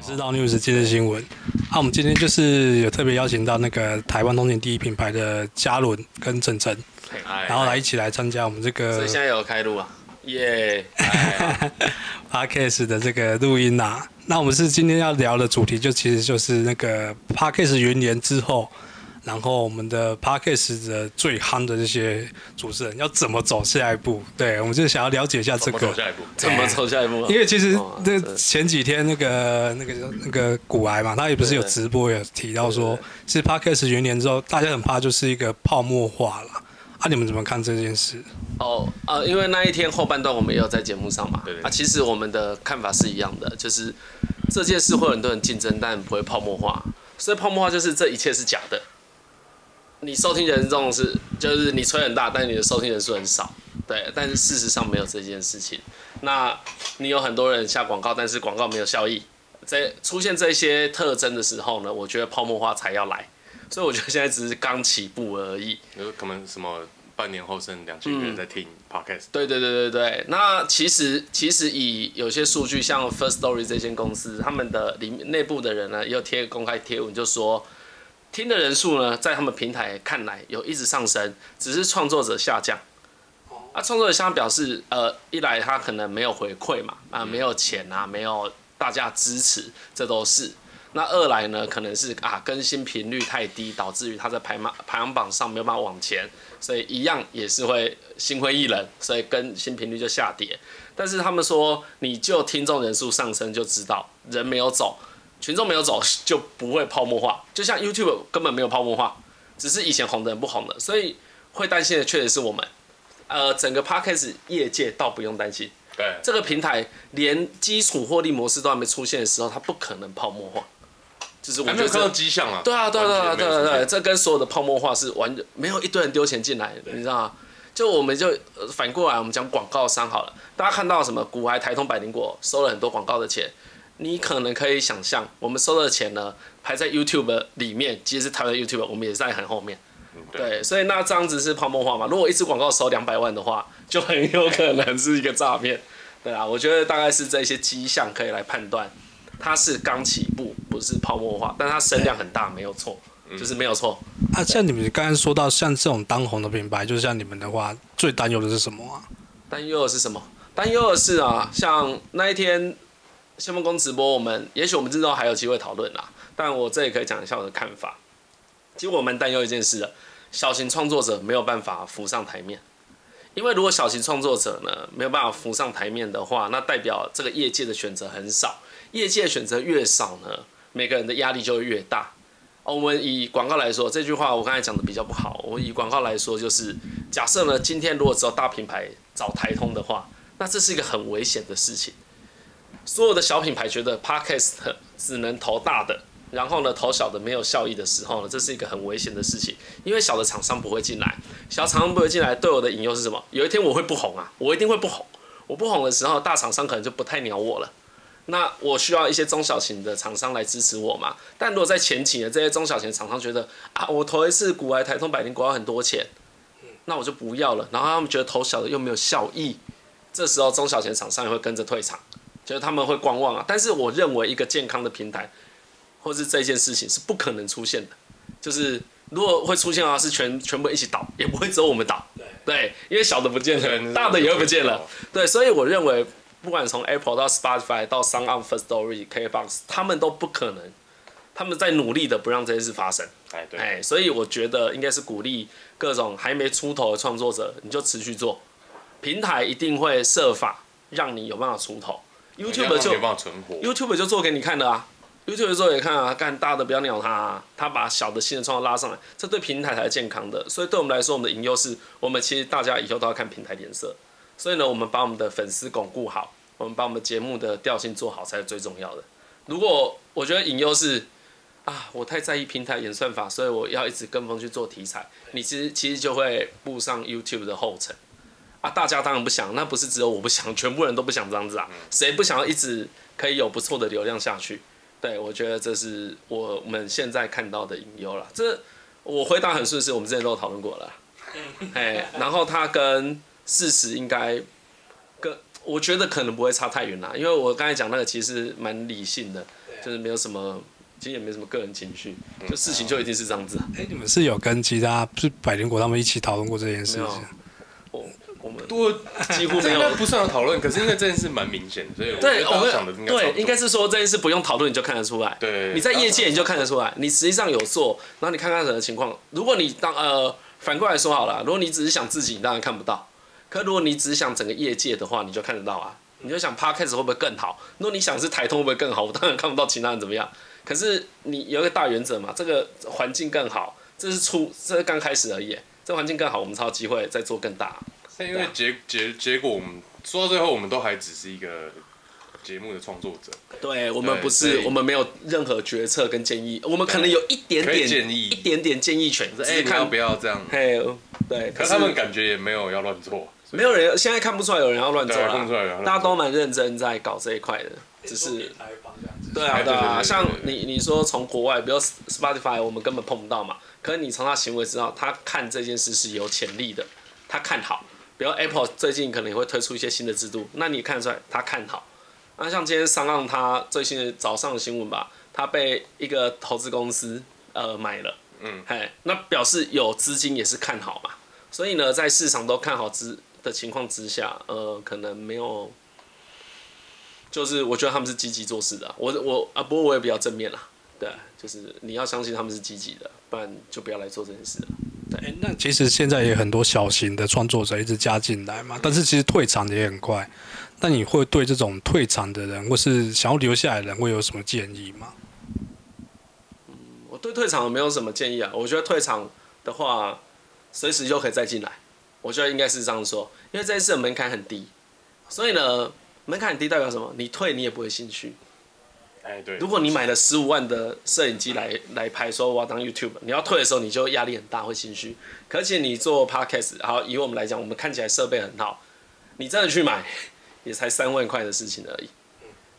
知道 news 今日新闻。啊，我们今天就是有特别邀请到那个台湾通勤第一品牌的嘉伦跟正正，哎然后来一起来参加我们这所个以现在有开录啊， 耶！哎 podcast 的这个录音啊。那我们是今天要聊的主题，就其实就是那个 podcast 元年之后，然后我们的 podcast 的最夯的这些主持人要怎么走下一步？对，我们就想要了解一下这怎么个走。下一步？怎么走下一步啊？ 因为其实哦那真的前几天那个那个那个古癌嘛，他也不是有直播有提到说，是 podcast 元年之后，大家很怕就是一个泡沫化了。啊，你们怎么看这件事？哦啊，因为那一天后半段我们也有在节目上嘛对对，对啊，其实我们的看法是一样的，就是这件事会有很多人竞争，但不会泡沫化。所以泡沫化就是这一切是假的，你收听人众是就是你吹很大，但你的收听人数很少，对，但是事实上没有这件事情。那你有很多人下广告，但是广告没有效益，在出现这些特征的时候呢，我觉得泡沫化才要来。所以我觉得现在只是刚起步而已。你说可能什么半年后剩两嗯千个人在听 podcast，对对对对对，那其实其实以有些数据，像 First Story 这间公司，他们的里面内部的人呢，也有贴公开贴文，就说听的人数呢，在他们平台看来有一直上升，只是创作者下降。啊，创作者下降表示，呃，一来他可能没有回馈嘛，啊、没有钱啊，没有大家支持，这都是。那二来呢，可能是啊更新频率太低，导致于他在排嘛排行榜上没有办法往前，所以一样也是会心灰意冷，所以更新频率就下跌。但是他们说，你就听众人数上升就知道，人没有走，群众没有走就不会泡沫化，就像 YouTube 根本没有泡沫化，只是以前红的人不红了，所以会担心的确实是我们。呃，整个 Podcast 业界倒不用担心，对，这个平台连基础获利模式都还没出现的时候，它不可能泡沫化。就是我还觉没有得看到这迹象啊。对啊，对啊，对啊，完对全没啊，对啊，有出现这跟所有的泡沫化是完全没有一堆人丢钱进来，你知道吗？就我们就呃反过来，我们讲广告商好了。大家看到什么古埃、台通、百灵果收了很多广告的钱，你可能可以想象，我们收的钱呢，排在 YouTube 里面，其实是台湾的 YouTube，我们也在很后面。嗯对对，所以那这样子是泡沫化嘛？如果一支广告收两百万的话，就很有可能是一个诈骗。 对啊，我觉得大概是这些迹象可以来判断，它是刚起步，不是泡沫化，但它声量很大，没有错，就是没有错。啊，像你们刚刚说到像这种当红的品牌，就像你们的话，最担忧的是什么啊？担忧的是什么？担忧的是啊，像那一天先锋工直播，我们也许我们之后还有机会讨论啦，但我这里可以讲一下我的看法。其实我蛮担忧一件事的，小型创作者没有办法浮上台面，因为如果小型创作者呢没有办法浮上台面的话，那代表这个业界的选择很少，业界选择越少呢，每个人的压力就会越大。哦我们以广告来说，这句话我刚才讲的比较不好。我以广告来说，就是假设呢，今天如果只有大品牌找台通的话，那这是一个很危险的事情。所有的小品牌觉得 Podcast 只能投大的，然后呢投小的没有效益的时候呢，这是一个很危险的事情，因为小的厂商不会进来，小厂商不会进来，对我的引诱是什么？有一天我会不红啊，我一定会不红。我不红的时候，大厂商可能就不太鸟我了。那我需要一些中小型的厂商来支持我嘛？但如果在前期呢，这些中小型的厂商觉得啊，我投一次股来台通百灵股要很多钱，那我就不要了。然后他们觉得投小的又没有效益，这时候中小型厂商也会跟着退场，就是他们会观望啊。但是我认为一个健康的平台，或是这件事情是不可能出现的，就是如果会出现的话，是全全部一起倒，也不会只有我们倒。对，因为小的不见了，对大的也会不见了对。对，所以我认为，不管从 Apple 到 Spotify 到 Sound On First Story、KBox，他们都不可能，他们在努力的不让这件事发生。哎对，哎，所以我觉得应该是鼓励各种还没出头的创作者，你就持续做，平台一定会设法让你有办法出头。YouTube 这样他就没有办法存活。 YouTube 就做给你看的啊，YouTube 做给你看啊，干大的不要鸟他、啊，他把小的新的创造拉上来，这对平台才是健康的。所以对我们来说，我们的赢优势，我们其实大家以后都要看平台脸色。所以呢，我们把我们的粉丝巩固好，我们把我们节目的调性做好才是最重要的。如果我觉得引优是啊，我太在意平台演算法，所以我要一直跟风去做题材，你其实其实就会步上 YouTube 的后尘。啊，大家当然不想，那不是只有我不想，全部人都不想这样子啊，谁不想要一直可以有不错的流量下去？对，我觉得这是我们现在看到的隐忧了。这我回答很顺势，我们之前都有讨论过了啦。哎，然后它跟事实应该跟我觉得可能不会差太远啦，因为我刚才讲那个其实蛮理性的，就是没有什么，其实也没什么个人情绪，就事情就一定是这样子啊。哎、你们是有跟其他是百灵果他们一起讨论过这件事没有情？啊我我们多几乎这没有应该不算有讨论，可是因为这件事蛮明显的，所以我对，觉得我大们家想的应该差不对，多应该是说这件事不用讨论你就看得出来。对你在业界你就看得出来，你实际上有做，然后你看看什么情况。如果你当呃反过来说好了，如果你只是想自己，你当然看不到；可如果你只是想整个业界的话，你就看得到啊。你就想 podcast 会不会更好？如果你想是台通会不会更好，我当然看不到其他人怎么样。可是你有一个大原则嘛，这个环境更好，这是初，这是刚开始而已。这环境更好，我们才有机会再做更大。但因为结结结果，我们说到最后，我们都还只是一个节目的创作者，对我们对不所是，以我们没有任何决策跟建议，我们可能有一点可点以建议一点点建议权，只哎、是你要看不要这样？嘿，哦对，可可是他们感觉也没有要乱做，没有人现在看不出来有人要乱做对看不出来有人啦要乱，做大家都蛮认真在搞这一块的，只是对啊哎对啊，对对对对像对你你说从国外，比如 Spotify，我们根本碰不到嘛，可是你从他行为知道，他看这件事是有潜力的，他看好，比如 Apple 最近可能也会推出一些新的制度，那你也看得出来他看好。那像今天商浪他最新的早上的新闻吧，他被一个投资公司呃买了，嗯，嘿，那表示有资金也是看好嘛，所以呢，在市场都看好之的情况之下，呃，可能没有，就是我觉得他们是积极做事的啊，我我啊，不过我也比较正面啦，对，啊就是你要相信他们是积极的，不然就不要来做这件事了。哎、那其实现在也很多小型的创作者一直加进来嘛，但是其实退场的也很快。那你会对这种退场的人，或是想要留下来的人，会有什么建议吗？我对退场没有什么建议啊，我觉得退场的话，随时就可以再进来。我觉得应该是这样说，因为这一次的门槛很低，所以呢，门槛很低代表什么？你退你也不会兴趣。哎、对，如果你买了十五万的摄影机来来拍，说我要当 YouTube，你要退的时候你就压力很大，会心虚。可且你做 Podcast，好，以我们来讲，我们看起来设备很好，你真的去买，也才三万块的事情而已，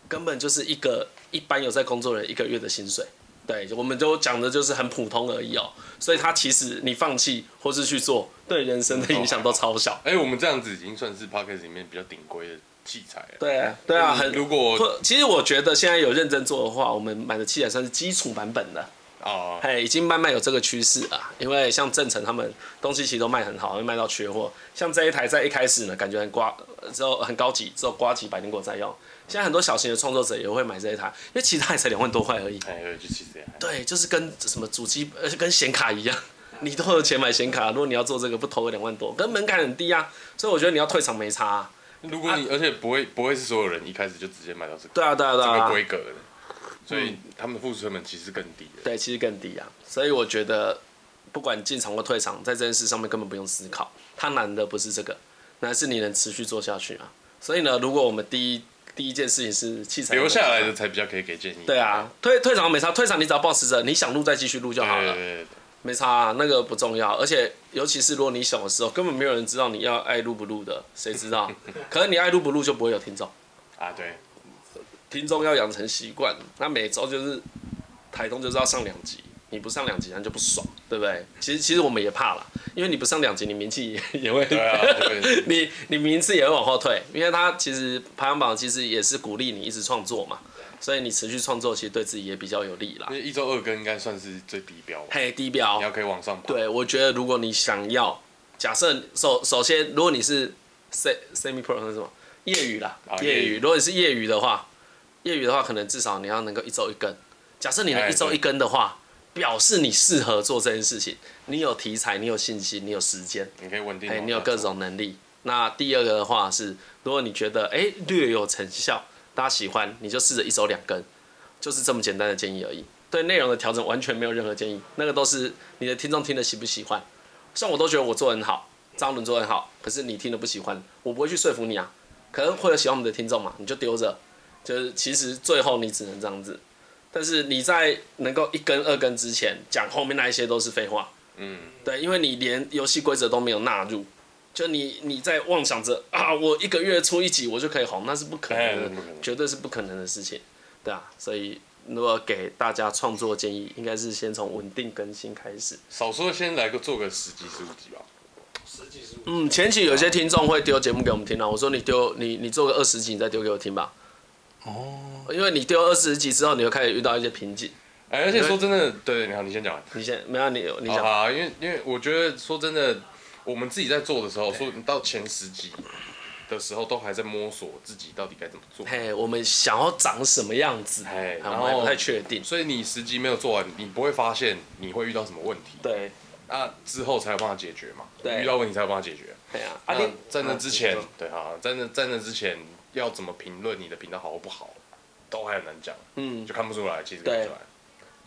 根本就是一个一般有在工作的人一个月的薪水。对，我们都讲的就是很普通而已哦，所以它其实你放弃或是去做，对人生的影响都超小。哎、我们这样子已经算是 podcast 里面比较顶规的器材了。对啊对啊，很如果或其实我觉得现在有认真做的话，我们买的器材算是基础版本的。啊，哎，已经慢慢有这个趋势啊，因为像正成他们东西其实都卖很好，会卖到缺货。像这一台在一开始呢，感觉很瓜，呃之后很高级，之后瓜起百灵果在用。现在很多小型的创作者也会买这一台，因为其实它也才两万多块而已。哎、对，就其实也还好对，就是跟什么主机呃跟显卡一样，你都有钱买显卡，如果你要做这个，不投个两万多，跟门槛很低啊。所以我觉得你要退场没差、啊。如果你、而且不会不会是所有人一开始就直接买到这个、对啊，对啊，对这个啊。规格的，所以他们的付出成本其实更低的。对，其实更低啊。所以我觉得，不管进场或退场，在这件事上面根本不用思考。它难的不是这个，难的是你能持续做下去啊。所以呢，如果我们第一第一件事情是器材留下来的，才比较可以给建议。对啊，退退场没差，退场你只要保持着你想录再继续录就对，好对了对，对对没差、啊，那个不重要。而且尤其是如果你小的时候，根本没有人知道你要爱录不录的，谁知道？ 可是你爱录不录就不会有听众。啊，对，听众要养成习惯，那每周就是台东就是要上两集，你不上两集，人就不爽，对不对？其实其实我们也怕啦，因为你不上两集，你名气 也也会，对啊，对 你你名次也会往后退，因为他其实排行榜其实也是鼓励你一直创作嘛，所以你持续创作其实对自己也比较有利啦因。为一周二更应该算是最低标吧，嘿，低你要标，可以往上爬。对我觉得如果你想要，假设首首先如果你是 se- semi pro 那是什么业余啦啊，业业余余，如果你是业余的话，业余的话，可能至少你要能够一周一根。假设你能哎一周对一根的话，表示你适合做这件事情，你有题材，你有信心，你有时间，你可以稳定。哎、你有各。种能力。那第二个的话是，如果你觉得哎、略有成效，大家喜欢，你就试着一周两根，就是这么简单的建议而已。对内容的调整完全没有任何建议，那个都是你的听众听的喜不喜欢。像我都觉得我做得很好，张伦做得很好，可是你听的不喜欢，我不会去说服你啊。可能会有喜欢我们的听众嘛，你就丢着，就是其实最后你只能这样子。但是你在能够一根二根之前讲后面那一些都是废话，嗯，对，因为你连游戏规则都没有纳入，就你你在妄想着啊，我一个月出一集我就可以红，那是不可哎能的那不可能，绝对是不可能的事情，对啊，所以如果给大家创作建议，应该是先从稳定更新开始。少说先来个做个十集十五集吧。嗯，前期有些听众会丢节目给我们听啊，我说你丢你你做个二十集，你再丢给我听吧。哦，因为你丢二十集之后，你会开始遇到一些瓶颈。哎，而且说真的，对，你好，你先讲完。你先没有你你好想、好，因为因为我觉得说真的，我们自己在做的时候，说到前十集的时候，都还在摸索自己到底该怎么做。嘿，我们想要长什么样子？哎，我然们还不后太确定。所以你十集没有做完，你不会发现你会遇到什么问题，对，那之后才有办法解决嘛。对遇到问题才有办法解决。哎呀、啊，那你在那之前啊你说，对啊，在那在那之前要怎么评论你的频道好或不好，都还很难讲，嗯就看不出来，其实看不出来。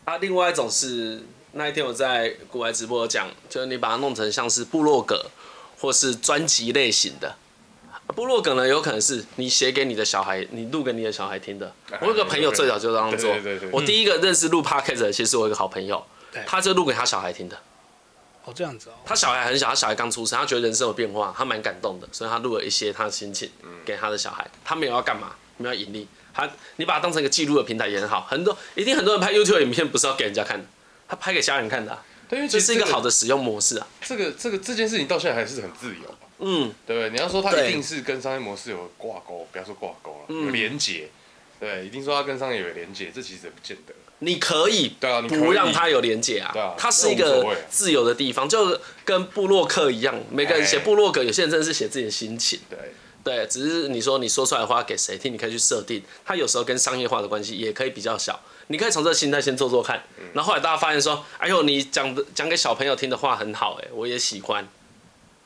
啊，另外一种是那一天我在国外直播有讲，就是你把它弄成像是部落格或是专辑类型的。啊部落格呢，有可能是你写给你的小孩，你录给你的小孩听的。我有个朋友最早就这样做哎对对对对，我第一个认识录 podcast 的，其实我有一个好朋友对，他就录给他小孩听的。哦这样子哦，他小孩很小，他小孩刚出生，他觉得人生有变化，他蛮感动的，所以他录了一些他的心情嗯给他的小孩。他没有要干嘛，没有要盈利，他你把它当成一个记录的平台也很好。很多一定很多人拍 YouTube 影片不是要给人家看的，他拍给家人看的、啊，对，因为这其是实一个这好的使用模式啊。这个这个这件事情到现在还是很自由，嗯，对不对？你要说它对嗯一定是跟商业模式有挂钩，不要说挂钩了，有连结，对，一定说它跟商业有连结，这其实也不见得。你可以对啊，你可以不让他有连接对啊啊，它是一那无个所谓啊自由的地方，就跟部落客一样，每个人写哎部落格，有些人真的是写自己的心情。对，对，只是你说你说出来的话给谁听，你可以去设定。它有时候跟商业化的关系也可以比较小，你可以从这个心态先做做看。然后后来大家发现说，哎呦，你讲的讲给小朋友听的话很好、哎，我也喜欢。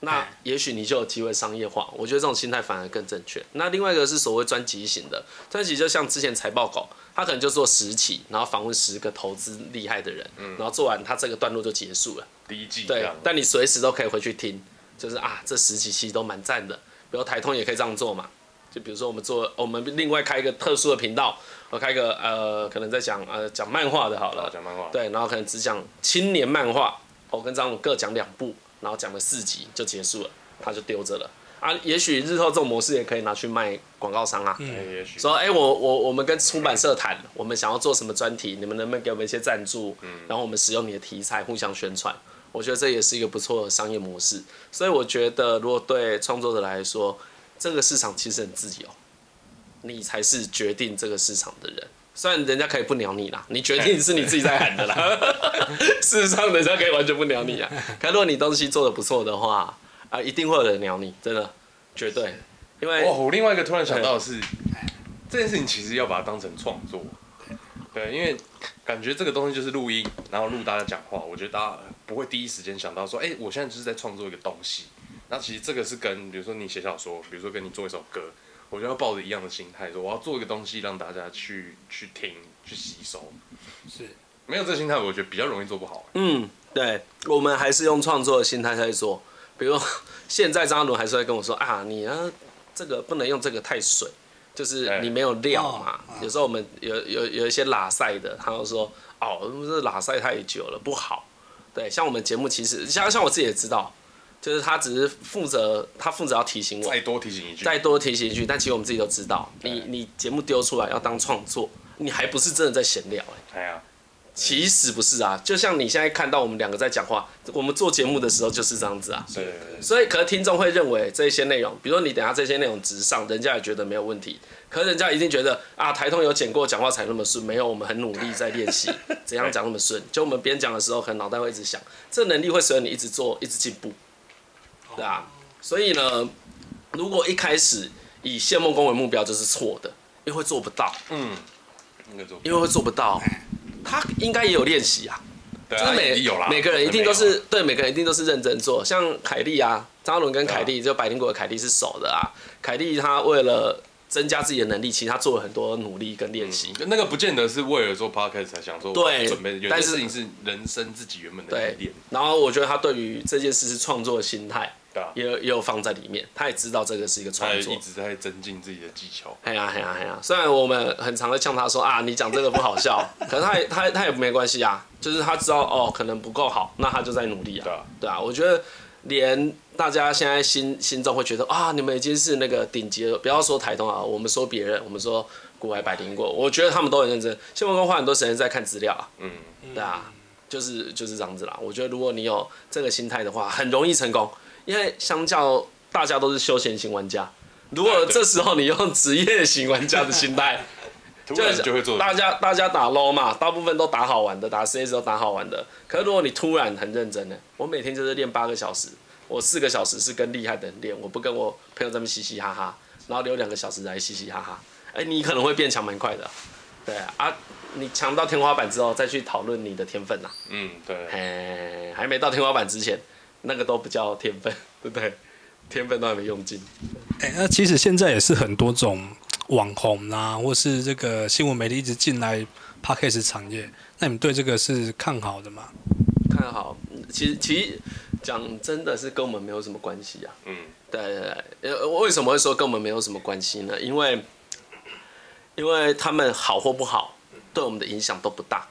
那哎也许你就有机会商业化，我觉得这种心态反而更正确。那另外一个是所谓专辑型的，专辑就像之前财报稿，他可能就做十期，然后访问十个投资厉害的人，然后做完他这个段落就结束了。第一季这对样，，但你随时都可以回去听，就是啊，这十几期都蛮赞的。比如台通也可以这样做嘛，就比如说我们做，我们另外开一个特殊的频道，我开一个呃，可能在讲呃讲漫画的好好了，哦讲漫画，对，然后可能只讲青年漫画，我跟张勇各讲两部，然后讲了四集就结束了，他就丢着了啊。也许日后这种模式也可以拿去卖广告商啊。哎，也许说，哎、我我我们跟出版社谈，我们想要做什么专题，你们能不能给我们一些赞助？然后我们使用你的题材互相宣传，我觉得这也是一个不错的商业模式。所以我觉得，如果对创作者来说，这个市场其实很自由，你才是决定这个市场的人。虽然人家可以不鸟你啦，你决定是你自己在喊的啦。事实上，人家可以完全不鸟你啊。可如果你东西做的不错的话，啊，一定会有人鸟你，真的，绝对。因为哇，我另外一个突然想到的是，哎这件事情其实要把它当成创作，对，因为感觉这个东西就是录音，然后录大家讲话，我觉得大家不会第一时间想到说，哎、我现在就是在创作一个东西。那其实这个是跟，比如说你写小说，比如说跟你做一首歌，我觉得要抱着一样的心态，说我要做一个东西让大家去去听、去吸收。是没有这个心态，我觉得比较容易做不好、嗯，对，我们还是用创作的心态在做。比如 现在张嘉伦还是会跟我说啊，你啊这个不能用这个太水，就是哎你没有料嘛。哦有时候我们有有有一些拉塞的，他就说哦，这拉塞太久了不好。对，像我们节目其实像像我自己也知道，就是他只是负责他负责要提醒我，再多提醒一句，再多提醒一句，但其实我们自己都知道，你对你节目丢出来要当创作，你还不是真的在闲聊、哎哎呀，其实不是啊，就像你现在看到我们两个在讲话，我们做节目的时候就是这样子啊。对，所以，可能听众会认为这些内容，比如说你等下这些内容直上，人家也觉得没有问题。可是人家一定觉得啊，台通有剪过，讲话才那么顺，没有，我们很努力在练习，怎样讲那么顺。就我们边讲的时候，可能脑袋会一直想，这能力会随着你一直做，一直进步，对啊。所以呢，如果一开始以谢梦工为目标，就是错的，因为会做不到，嗯，应该做不因为会做不到。他应该也有练习啊，对就是啊，一每定有啦，每个人一定都没有啊是对每个人一定都是认真做，像凯莉啊，张嘉伦跟凯莉、就百灵果的凯莉是熟的啊。凯莉她为了增加自己的能力，其实她做了很多努力跟练习。嗯那个不见得是为了做 podcast 才想说对准备，有但些是事情是人生自己原本的对嗯历练，，然后我觉得她对于这件事是创作的心态，对啊，也有也有放在里面，她也知道这个是一个他创也作一。直在增进自己的技巧。哎呀哎呀哎呀！虽然我们很常会呛他说啊，你讲这个不好 笑，可是他也他也他也没关系啊，就是他知道哦，可能不够好，那他就在努力啊。对啊对啊，我觉得连大家现在心心中会觉得啊，你们已经是那个顶级了，不要说台东啊，我们说别人，我们说古外百灵果，我觉得他们都很认真。新闻工花很多时间在看资料啊，嗯，对啊，就是就是这样子啦。我觉得如果你有这个心态的话，很容易成功，因为相较大家都是休闲型玩家，如果对 这时候你用职业型玩家的心态，突然就会做大家大家打 low 嘛，大部分都打好玩的，打 CS 都打好玩的。可是如果你突然很认真呢，我每天就是练八个小时，我四个小时是跟厉害的人练，我不跟我朋友在那边嘻嘻哈哈，然后留两个小时来嘻嘻哈哈。哎、你可能会变强蛮快的，对啊，啊你强到天花板之后再去讨论你的天分呐、嗯，对，哎，还没到天花板之前，那个都不叫天分， 对不对？天分都还没用尽。哎、那其实现在也是很多种网红啊，或是这个新闻媒体一直进来 p a c k a g e 产业，那你们对这个是看好的吗？看好，嗯其实其实讲真的是跟我们没有什么关系啊。嗯，对对对，呃，为什么会说跟我们没有什么关系呢？因为因为他们好或不好，对我们的影响都不大。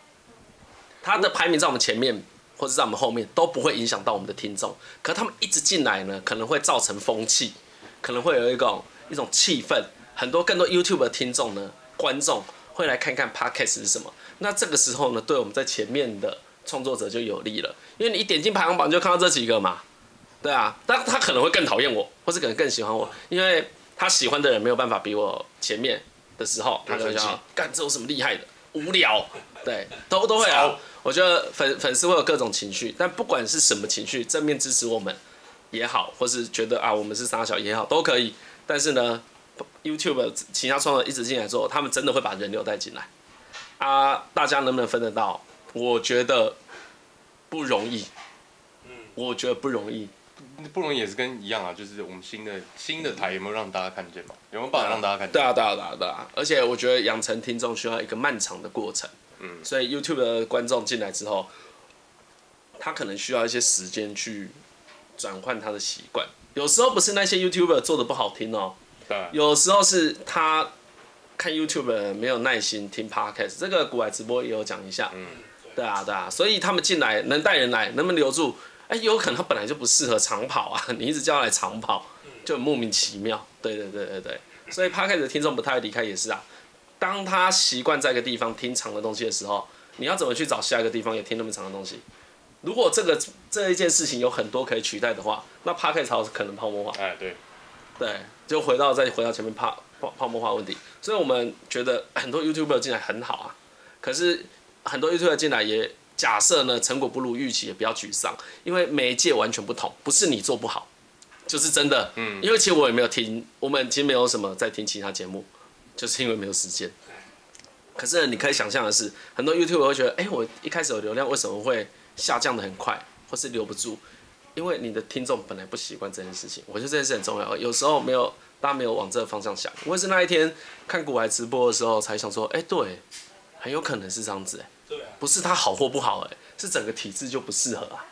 他的排名在我们前面，或者在我们后面，都不会影响到我们的听众。可他们一直进来呢，可能会造成风气，可能会有一种一种气氛，很多更多 YouTube 的听众呢，观众会来看看 Podcast 是什么。那这个时候呢，对我们在前面的创作者就有利了，因为你一点进排行榜就看到这几个嘛，对啊，但他可能会更讨厌我，或是可能更喜欢我，因为他喜欢的人没有办法比我前面的时候，他就会生气想干这有什么厉害的，无聊，对，都都会啊操。我觉得粉粉丝会有各种情绪，但不管是什么情绪，正面支持我们也好，或是觉得啊我们是傻小也好，都可以。但是呢，YouTube 其他创作者一直进来之后，他们真的会把人流带进来啊，大家能不能分得到？我觉得不容易，我觉得不容易。不容易也是跟一样啊，就是我们新的新的台有没有让大家看见嘛？有没有办法让大家看见？对啊，对啊，对啊，对啊。而且我觉得养成听众需要一个漫长的过程。嗯所以 YouTube 的观众进来之后，他可能需要一些时间去转换他的习惯。有时候不是那些 YouTuber 做的不好听哦，对啊，有时候是他看 YouTube 没有耐心听 Podcast，这个古玩直播也有讲一下。嗯，对啊，对啊，所以他们进来能带人来，能不能留住？哎，有可能他本来就不适合长跑啊， 你一直叫他来长跑，就很莫名其妙。对对对对对，所以 Podcast 的听众不太会离开也是啊。当他习惯在一个地方听长的东西的时候，你要怎么去找下一个地方也听那么长的东西？如果这个这一件事情有很多可以取代的话，那 Podcast 才有可能泡沫化。哎对，对，就回到再回到前面泡泡泡沫化问题，所以我们觉得很多 YouTuber 进来很好啊，可是很多 YouTuber 进来也假设呢成果不如预期，也不要沮丧，因为每一届完全不同，不是你做不好，就是真的，嗯因为其实我也没有听，我们其实没有什么在听其他节目，就是因为没有时间。可是你可以想象的是，很多 YouTuber 会觉得，哎、我一开始有流量为什么会下降的很快，或是留不住？因为你的听众本来不习惯这件事情，我觉得这件事很重要。有时候没有大家没有往这个方向想，我也是那一天看古玩直播的时候才想说，哎、对，很有可能是这样子、哎，对啊，不是他好或不好、哎，是整个体制就不适合啊，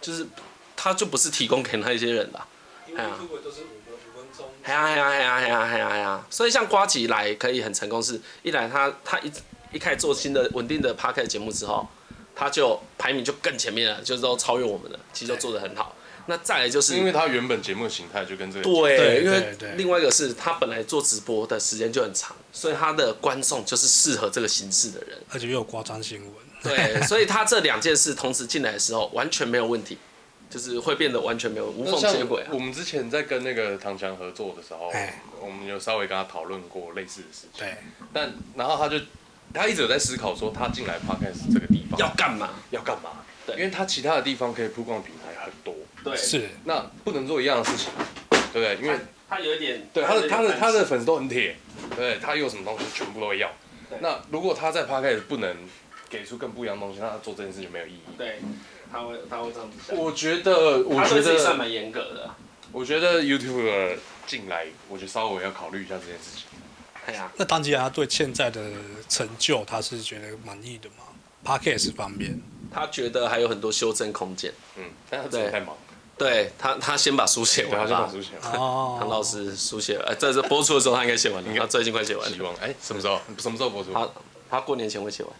就是他就不是提供给那一些人的、啊。因为哎呀都是五分五分钟。哎呀哎呀哎呀哎呀哎呀哎呀！所以像瓜吉来可以很成功是，一来他他一一开始做新的稳定的 p a r k 节目之后，他就排名就更前面了，就是都超越我们了，其实都做得很好。那再来就是是因为它原本节目的形态就跟这个对对，因对为对另外一个是他本来做直播的时间就很长，所以他的观众就是适合这个形式的人。而且又有夸张新闻。对，所以他这两件事同时进来的时候完全没有问题，就是会变得完全没有无那缝像接轨啊。我们之前在跟那个唐强合作的时候哎，我们有稍微跟他讨论过类似的事情，对，但然后他就他一直有在思考说，他进来 podcast 这个地方要干嘛？要干嘛？对因为他其他的地方可以曝光的平台很多，对，是那不能做一样的事情，对不对？因为他有一点对他的他的他担的心粉丝都很铁，对他有什么东西全部都要对。那如果他在 podcast 不能给出更不一样的东西，那他做这件事就没有意义。对，他会他会这样子想，我觉得，我他觉对自己算得，蛮严格的啊。我觉得 YouTube 进来，我觉得稍微要考虑一下这件事情。哎呀，那唐吉他对现在的成就，他是觉得满意的吗 p a c k a g e 方面，他觉得还有很多修正空间。嗯，但他真的对太忙，对他，他先把书写对，他完就把吧。书写完。哦，唐老师书写，呃，在这播出的时候他应该写完了，他最近快写完希了。望哎，什么时候？什么时候播出？他他过年前会写完。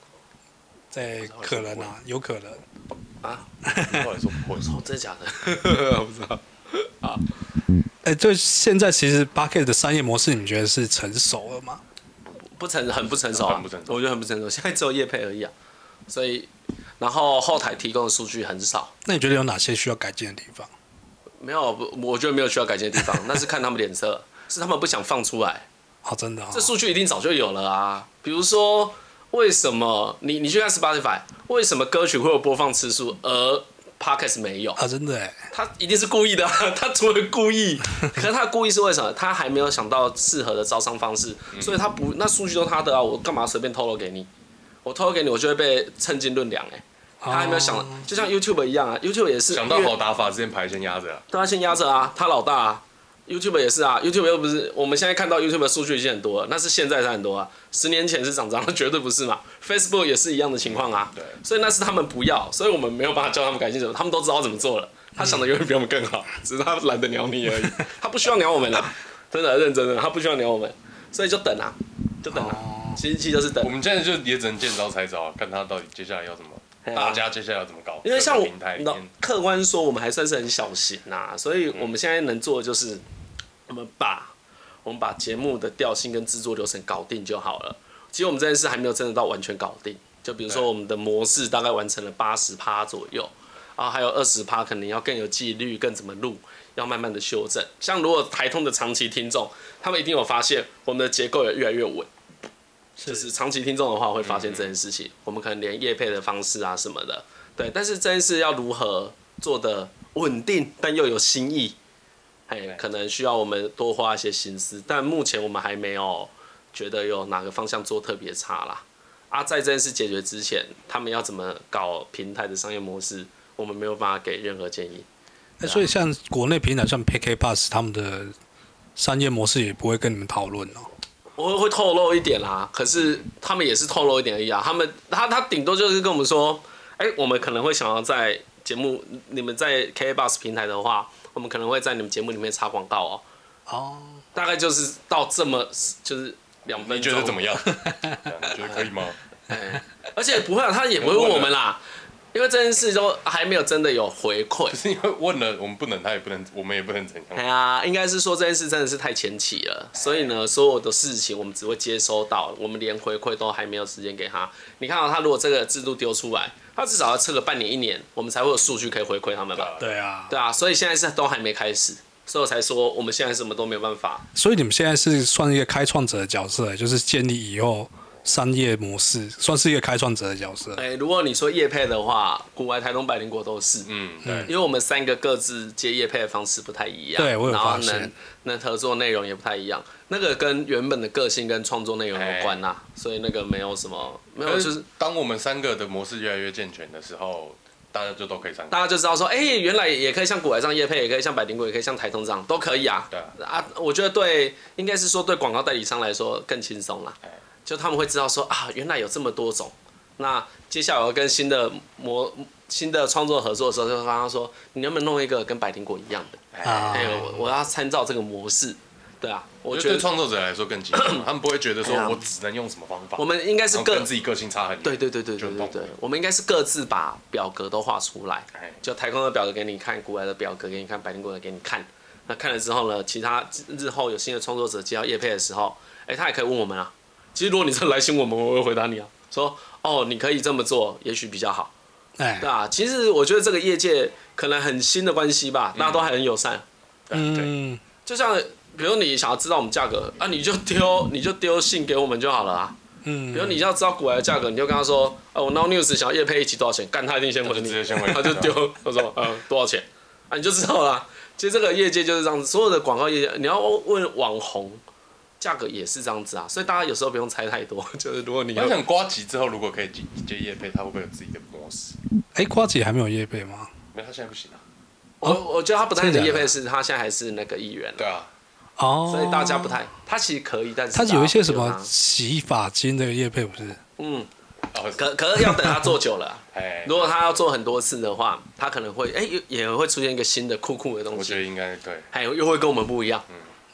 在可能啊，有可能。 后来说不会啊哦，真的假的？我不知道。哎，就现在其实 p a c k a g e 的商业模式，你觉得是成熟了吗？ 不成很不成熟啊，很不成熟我觉得很不成熟。现在只有叶配而已啊，所以然后后台提供的数据很少，那你觉得有哪些需要改进的地方？ 没有，不我觉得没有需要改进的地方，那是看他们脸色，是他们不想放出来，哦，真的、哦，这数据一定早就有了啊。比如说，为什么你你去看 Spotify，为什么歌曲会有播放次数，而 Podcast 没有？啊，真的哎，他一定是故意的啊、 他除了故意，可是他故意是为什么？他还没有想到适合的招商方式，嗯所以他不，那数据都他的啊，我干嘛随便透露给你？我透露给你，我就会被称斤论两哎、他还没有想，哦就像 YouTube 一样啊，YouTube 也是想到越好打法之前牌先压着啊，对啊，先压着啊，他老大啊。YouTube 也是啊，YouTube 又不是我们现在看到 YouTube 的数据已经很多了，那是现在才很多啊，十年前是涨涨的，绝对不是嘛。Facebook 也是一样的情况啊，对所以那是他们不要，所以我们没有办法教他们改进什么，他们都知道怎么做了，他想的永远比我们更好，只是他懒得鸟你而已，他不需要鸟我们啦，真的认真的，他不需要鸟我们，所以就等啊，就等啊，哦其实其实就是等啊我，们现在就也只能见招拆招啊，看他到底接下来要怎么，嘿啊大家接下来要怎么搞。因为像我各个平台里那面，嗯客观说，我们还算是很小型呐、所以我们现在能做的就是，我们把我们把节目的调性跟制作流程搞定就好了。其实我们这件事还没有真的到完全搞定，就比如说对我们的模式大概完成了八十趴左右，啊，还有二十趴可能要更有纪律，更怎么录，要慢慢的修正。像如果台通的长期听众，他们一定有发现我们的结构也越来越稳。就是长期听众的话，会发嗯现这件事情。我们可能连业配的方式啊什么的，对。但是这件事要如何做的稳定，但又有新意，哎，可能需要我们多花一些心思。但目前我们还没有觉得有哪个方向做特别差啦。啊，在这件事解决之前，他们要怎么搞平台的商业模式，我们没有办法给任何建议。哎，所以像国内平台像 PK Bus 他们的商业模式也不会跟你们讨论哦。我会会透露一点啦，可是他们也是透露一点而已啊。他们他他顶多就是跟我们说，哎、我们可能会想要在节目，你们在 K Bus 平台的话，我们可能会在你们节目里面插广告哦。哦，大概就是到这么就是两分钟。你觉得怎么？样？对啊 你觉得可以吗？而且不会、啊，他也不会问我们啦，因为这件事都还没有真的有回馈不。是因为问了，我们不能，他也不能，我们也不能怎哎样。呀，应该是说这件事真的是太前期了，所以呢，所有的事情我们只会接收到，我们连回馈都还没有时间给他。你看到、他如果这个制度丢出来，他至少要测个半年一年，我们才会有数据可以回馈他们吧？对啊，对啊，所以现在是都还没开始，所以我才说我们现在什么都没有办法。所以你们现在是算一个开创者的角色，就是建立以后商业模式，算是一个开创者的角色。嗯哎、如果你说叶配的话，古玩、台东、百灵果都是，嗯，对，因为我们三个各自接业配的方式不太一样，对我有然后发现能能合作内容也不太一样，那个跟原本的个性跟创作内容有关呐、啊哎所以那个没有什么，没有可就是是当我们三个的模式越来越健全的时候，大家就都可以参考。大家就知道说，哎、原来也可以像古玩这样业配，也可以像百灵果，也可以像台通这样，都可以啊。对啊，我觉得对，应该是说对广告代理商来说更轻松啦哎，就他们会知道说啊，原来有这么多种，那接下来我要跟新的模。新的创作合作的时候，就跟他说：“你能不能弄一个跟百灵果一样的？”啊哎、我我要参照这个模式，对啊，我我觉觉得得对创作者来说更简单，他们不会觉得哎呀说我只能用什么方法，我们应该是然后各跟自己个性差很远。对对对对对就很对痛对苦，我们应该是各自把表格都画出来哎，就台空的表格给你看，古来的表格给你看，百灵果的给你看。那看了之后呢，其他日后有新的创作者接到叶配的时候，哎、他也可以问我们啊。其实如果你真的来信我们，我会回答你啊，说哦，你可以这么做，也许比较好。哎对，啊，其实我觉得这个业界可能很新的关系吧，大家都还很友善。对对，嗯，就像比如你想要知道我们价格啊，你就丢 你就丢信给我们就好了啊。嗯比如你要知道股来的价格，你就跟他说，哦，我 Now News 想要夜配一期多少钱，干他一定先回他就你，直接先回你他就丢，他说，呃，多少钱，啊，你就知道啦。其实这个业界就是这样子，所有的广告业界，你要问网红，价格也是这样子啊，所以大家有时候不用猜太多， 就是如果你我要想瓜吉之后如果可以接接叶配，他会不会有自己的模式？哎，瓜姐还没有业配吗？没有，他现在不行啊。我我觉得他不太真的是假的夜配是，他现在还是那个议员啦对啊，哦，所以大家不太，他其实可以，但是它大家有一些什不用么啊洗发精的业配不是？嗯，哦，可可是要等他做久了啊、哎，如果他要做很多次的话，他可能会哎、也也会出现一个新的酷酷的东我觉得西，应该对。还有又会跟我们不一样，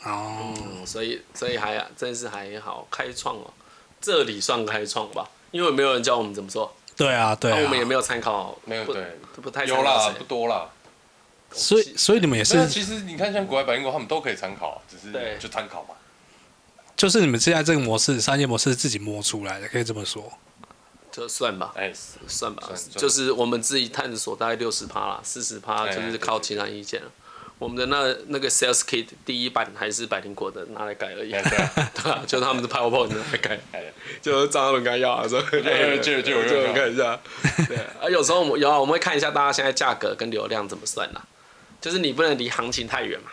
哦，嗯，所以所以还真是还好开创哦，这里算开创吧，因为没有人教我们怎么做，对啊，对那、啊，我们也没有参考，没有不对不不太参有考啦，谁不多啦。所以所以你们也那是，其实你看，像国外百灵果他们都可以参考，啊只是对就参考嘛。就是你们现在这个模式，商业模式是自己摸出来的，可以这么说。就算吧，哎，算吧算，就是我们自己探索大概六十趴啦，四十趴哎就是靠其他意见了。啊我们的那那个 sales kit 第一版还是百灵果的拿来改而已，哎对啊 对啊，就他们的 PowerPoint 拿来改，哎就张嘉伦刚要啊， 说借借借我用一下借我看一下，对啊，啊有时候我们有啊，我们会看一下大家现在价格跟流量怎么算啦，就是你不能离行情太远嘛，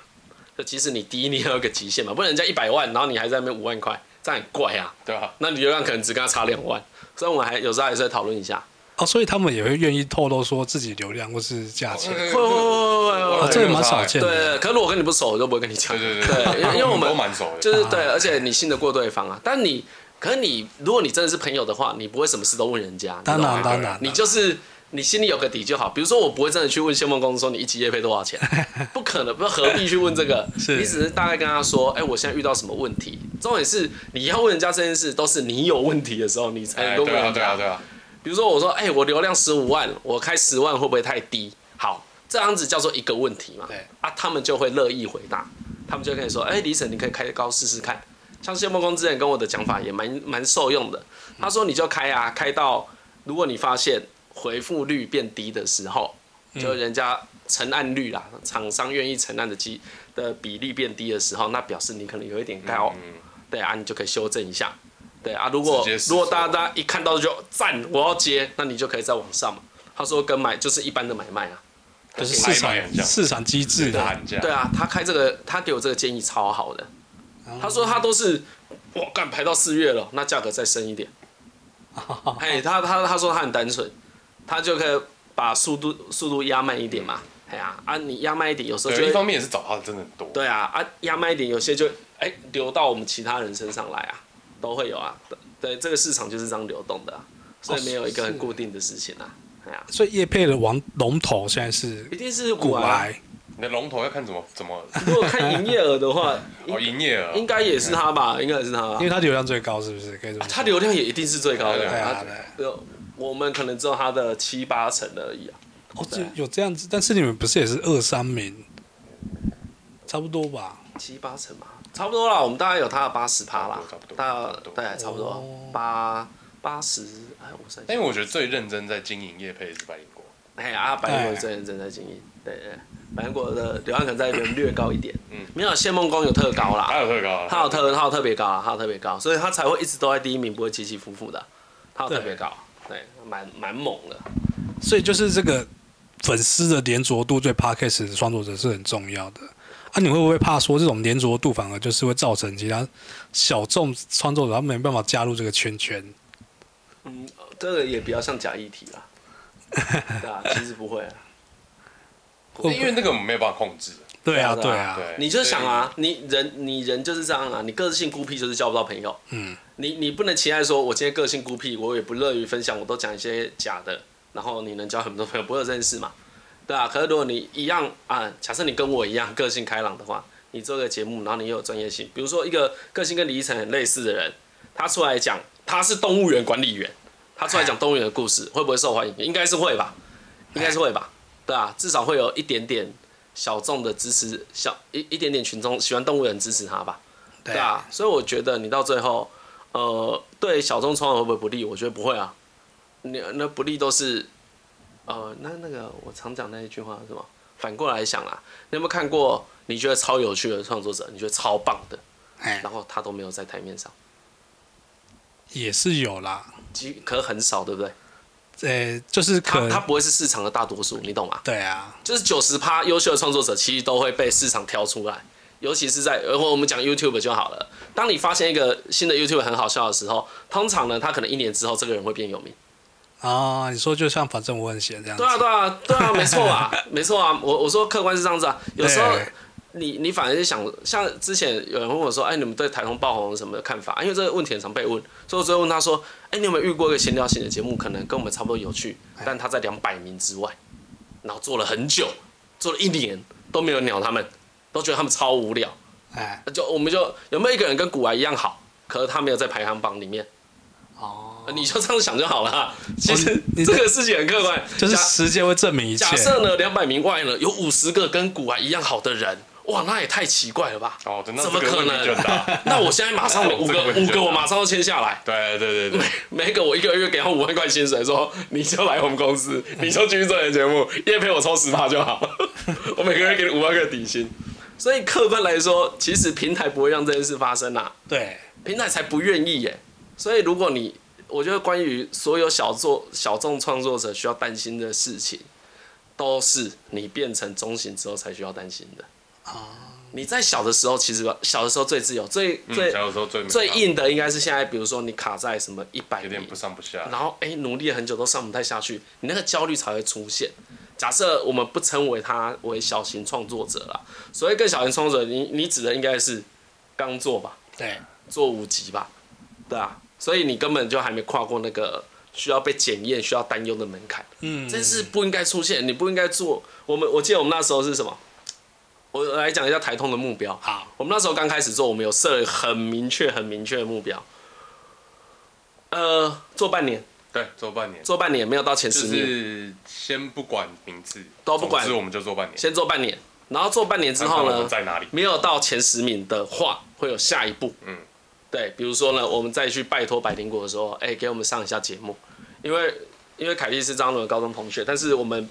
就即使你低，你也有个极限嘛，不能人家一百万，然后你还在那边五万块，这样很怪啊，对 吧？那你流量可能只跟他差两万，所以我们还有时候还是会讨论一 下，哦，所以他们也会愿意透露说自己流量或是价 钱。会会会会会哦啊会，这个蛮少见的。对，可是我跟你不熟，我就不会跟你讲。对对对对，因为因为我们都蛮熟的就是对，而且你信得过对方啊。但你，可是你，如果你真的是朋友的话，你不会什么事都问人家。你懂当吗然当然，你就是你心里有个底就好。比如说，我不会真的去问先梦公司说你一集业配多 少钱，不可能，不何必去问这个？是你只是大概跟他说，哎、我现在遇到什么问题。重点是你要问人家这件事，都是你有问题的时候，你才哎能够问对啊人对家。啊对啊，比如说我说，哎、我流量十五万，我开十万会不会太低？好，这样子叫做一个问题嘛。对啊，他们就会乐意回答，他们就会跟你说，哎、李晨，你可以开高试试看。像谢梦工之前跟我的讲法也蛮蛮受用的，他说你就开啊，开到如果你发现回复率变低的时候，就人家成案率啦，厂商愿意成案的机的比例变低的时候，那表示你可能有一点高，嗯对啊，你就可以修正一下。对啊，如果直接试如果错大家一看到就赞，我要接，那你就可以再往上嘛。他说跟买就是一般的买卖啊，就是市买卖很场像市场机制的，喊价，对啊，他开这个他给我这个建议超好的，他说他都是我干排到四月了，那价格再升一点。哎，他他他说他很单纯，他就可以把速度速度压慢一点嘛。哎呀啊，你压慢一点，有时候就对，会一方面也是找他真的很多，对啊，啊压慢一点，有些就哎、流到我们其他人身上来啊，都会有啊。对，这个市场就是这样流动的、啊，所以没有一个很固定的事情啊。哎呀、 所以叶配的王龙头现在是一定是古股啊。癌，你的龙头要看怎么怎么如果看营业额的话，哦应营业额，应该也是他吧，应该也是他吧因为。它流量最高，是不是？可以这么说。他流量也一定是最高的对对啊，啊，对啊。他我们可能只有他的七八成而已啊。哦，对啊有有这样子，但是你们不是也是二三名，差不多吧？七八成吧，差不多啦。我们大概有他的八十趴啦，差不多大差不多对，差不多哦八八十，哎，我算一下因为我觉得最认真在经营业配的是白灵果，哎啊，白灵果真的正在经营，对对，白灵果的流量可能在那边略高一点，嗯没有谢梦工有特高啦，他有特高啊，他有特他有特别高啊，他有特别高，所以他才会一直都在第一名，不会起起伏伏的，他有特别高，对，蛮蛮猛的，所以就是这个粉丝的粘着度对 podcast 的创作者是很重要的。啊，你会不会怕说这种粘着度反而就是会造成其他小众创作者他没办法加入这个圈圈？嗯，这个也比较像假议题啦， 对啊，其实不会啊，会不因为那个我们没有办法控制，对啊，对对啊啊，对，你就想啊，你人你人就是这样啊，你个性孤僻就是交不到朋友。嗯，你你不能期待说，我今天个性孤僻，我也不乐于分享，我都讲一些假的，然后你能交很多朋友，不会有这件事嘛？对啊，可是如果你一样啊，假设你跟我一样个性开朗的话，你做个节目，然后你又有专业性，比如说一个个性跟李依晨很类似的人，他出来讲他是动物园管理员，他出来讲动物园的故事，会不会受欢迎？应该是会吧，应该是会吧，对啊，至少会有一点点小众的支持，小一一点点群众喜欢动物的人支持他吧，对对啊，所以我觉得你到最后，呃，对小众创作会不会不利？我觉得不会啊，你那不利都是，呃，那那个我常讲那一句话是什么？反过来想啦，你有没有看过你觉得超有趣的创作者，你觉得超棒的，哎，然后他都没有在台面上，也是有啦，几可很少，对不对？呃，就是他可他不会是市场的大多数，你懂吗？对啊，就是九十趴优秀的创作者，其实都会被市场挑出来，尤其是在呃，或我们讲 YouTube 就好了。当你发现一个新的 YouTube 很好笑的时候，通常呢，他可能一年之后，这个人会变有名。啊，你说就像反正我很闲这样子对，啊，对啊，对啊，没错啊，没错啊。我我说客观是这样子啊，有时候对你你反而是想，像之前有人问我说，哎，你们对台通爆红有什么看法？因为这个问题很常被问，所以我就问他说，哎，你有没有遇过一个闲聊型的节目，可能跟我们差不多有趣，哎但他在两百名之外，然后做了很久，做了一年都没有鸟他们，都觉得他们超无聊。哎，就我们就有没有一个人跟古玩一样好，可是他没有在排行榜里面，呃哦，你就这样想就好了啊。其哦实你这个事情很客观，就是假时间会证明一切假，设呢，两百名外呢有五十个跟古玩一样好的人，哇，那也太奇怪了吧？哦，等到怎么这个可问题能就很 大那我现在马上五 这个个问题五就个，我大马上要签下来。对对对对，每一个我一个月给他五万块薪水说你就来我们公司，你就继续做你的节目，业配我抽十趴就好， 我每个月给你五万块底薪。所以客观来说，其实平台不会让这件事发生啦、啊对，平台才不愿意耶。所以如果你，我觉得关于所有小作小众创作者需要担心的事情，都是你变成中型之后才需要担心的。你在小的时候，其实小的时候最自由，最最、嗯，小的时候最美最好，硬的应该是现在，比如说你卡在什么一百米有点不上 不下。然后哎、诶努力了很久都上不太下去，你那个焦虑才会出现。假设我们不称为他为小型创作者啦，所谓更小型创作者，你你指的应该是刚做吧，对，做五级吧，对啊，所以你根本就还没跨过那个需要被检验、需要担忧的门槛，嗯，真是不应该出现，你不应该做。我们我记得我们那时候是什么？我来讲一下台通的目标。好，我们那时候刚开始做，我们有设了很明确、很明确的目标，呃，做半年。对，做半年，做半年没有到前就十名，是先不管名字，都不管总之我们就做半年。先做半年，然后做半年之看看后我们呢，在哪里？没有到前十名的话，会有下一步。嗯，对，比如说呢，我们再去拜托百灵果说，哎、给我们上一下节目，因为因为凯莉是张伦的高中同学，但是我们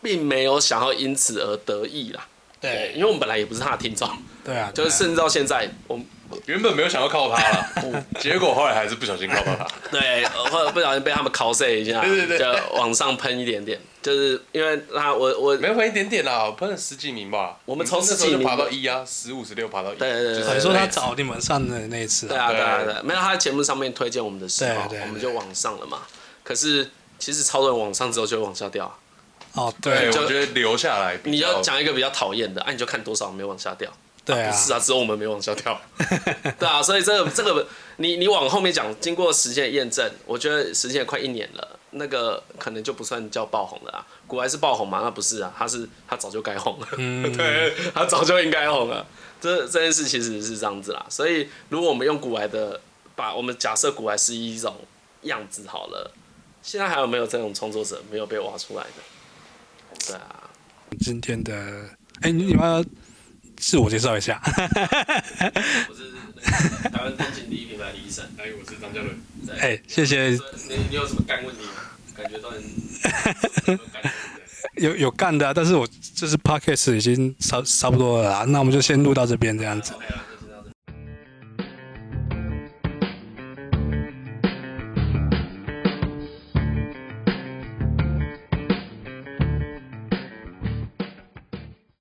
并没有想要因此而得意啦。对，因对，为我们本来也不是他的听 众，对啊，就是甚至到现在，我们原本没有想要靠他哦了，结果后来还是不小心靠到他。 对，呃或者不小心被他们 cos 一下，对对对就往上喷一点点，就是因为他我我没有喷一点点啦，喷了十几名吧。我们从那时候十几名就爬到一啊，十五十六爬到一。对对对就是对你说他累死找你们上的那一次，对啊，对啊，对对啊，没有他在节目上面推荐我们的时候，对对对我们就往上了嘛。可是其实超多人往上之后就会往下掉啊。哦，对，对，就我觉得留下来比你较。要讲一个比较讨厌的，啊，你就看多少没往下掉。对不啊， 是啊，只有我们没往下掉。对啊，所以这个这个你你往后面讲，经过时间的验证，我觉得时间也快一年了，那个可能就不算叫爆红了啊。古玩是爆红吗？那不是啊，他是他早就该红了， 对，他早就应该红了。这这件事其实是这样子啦，所以如果我们用古玩的，把我们假设古玩是一种样子好了，现在还有没有这种创作者没有被挖出来的？对啊，今天的，哎，你你们要自我介绍一下， 我是那个台湾电竞第一品牌的医生。哎，我是张嘉伦。对哎，谢谢，你你有什么干问题吗？感觉 到你有啊有干的啊，但是我就是 podcast 已经差差不多了啦，那我们就先录到这边这样子， OK 了，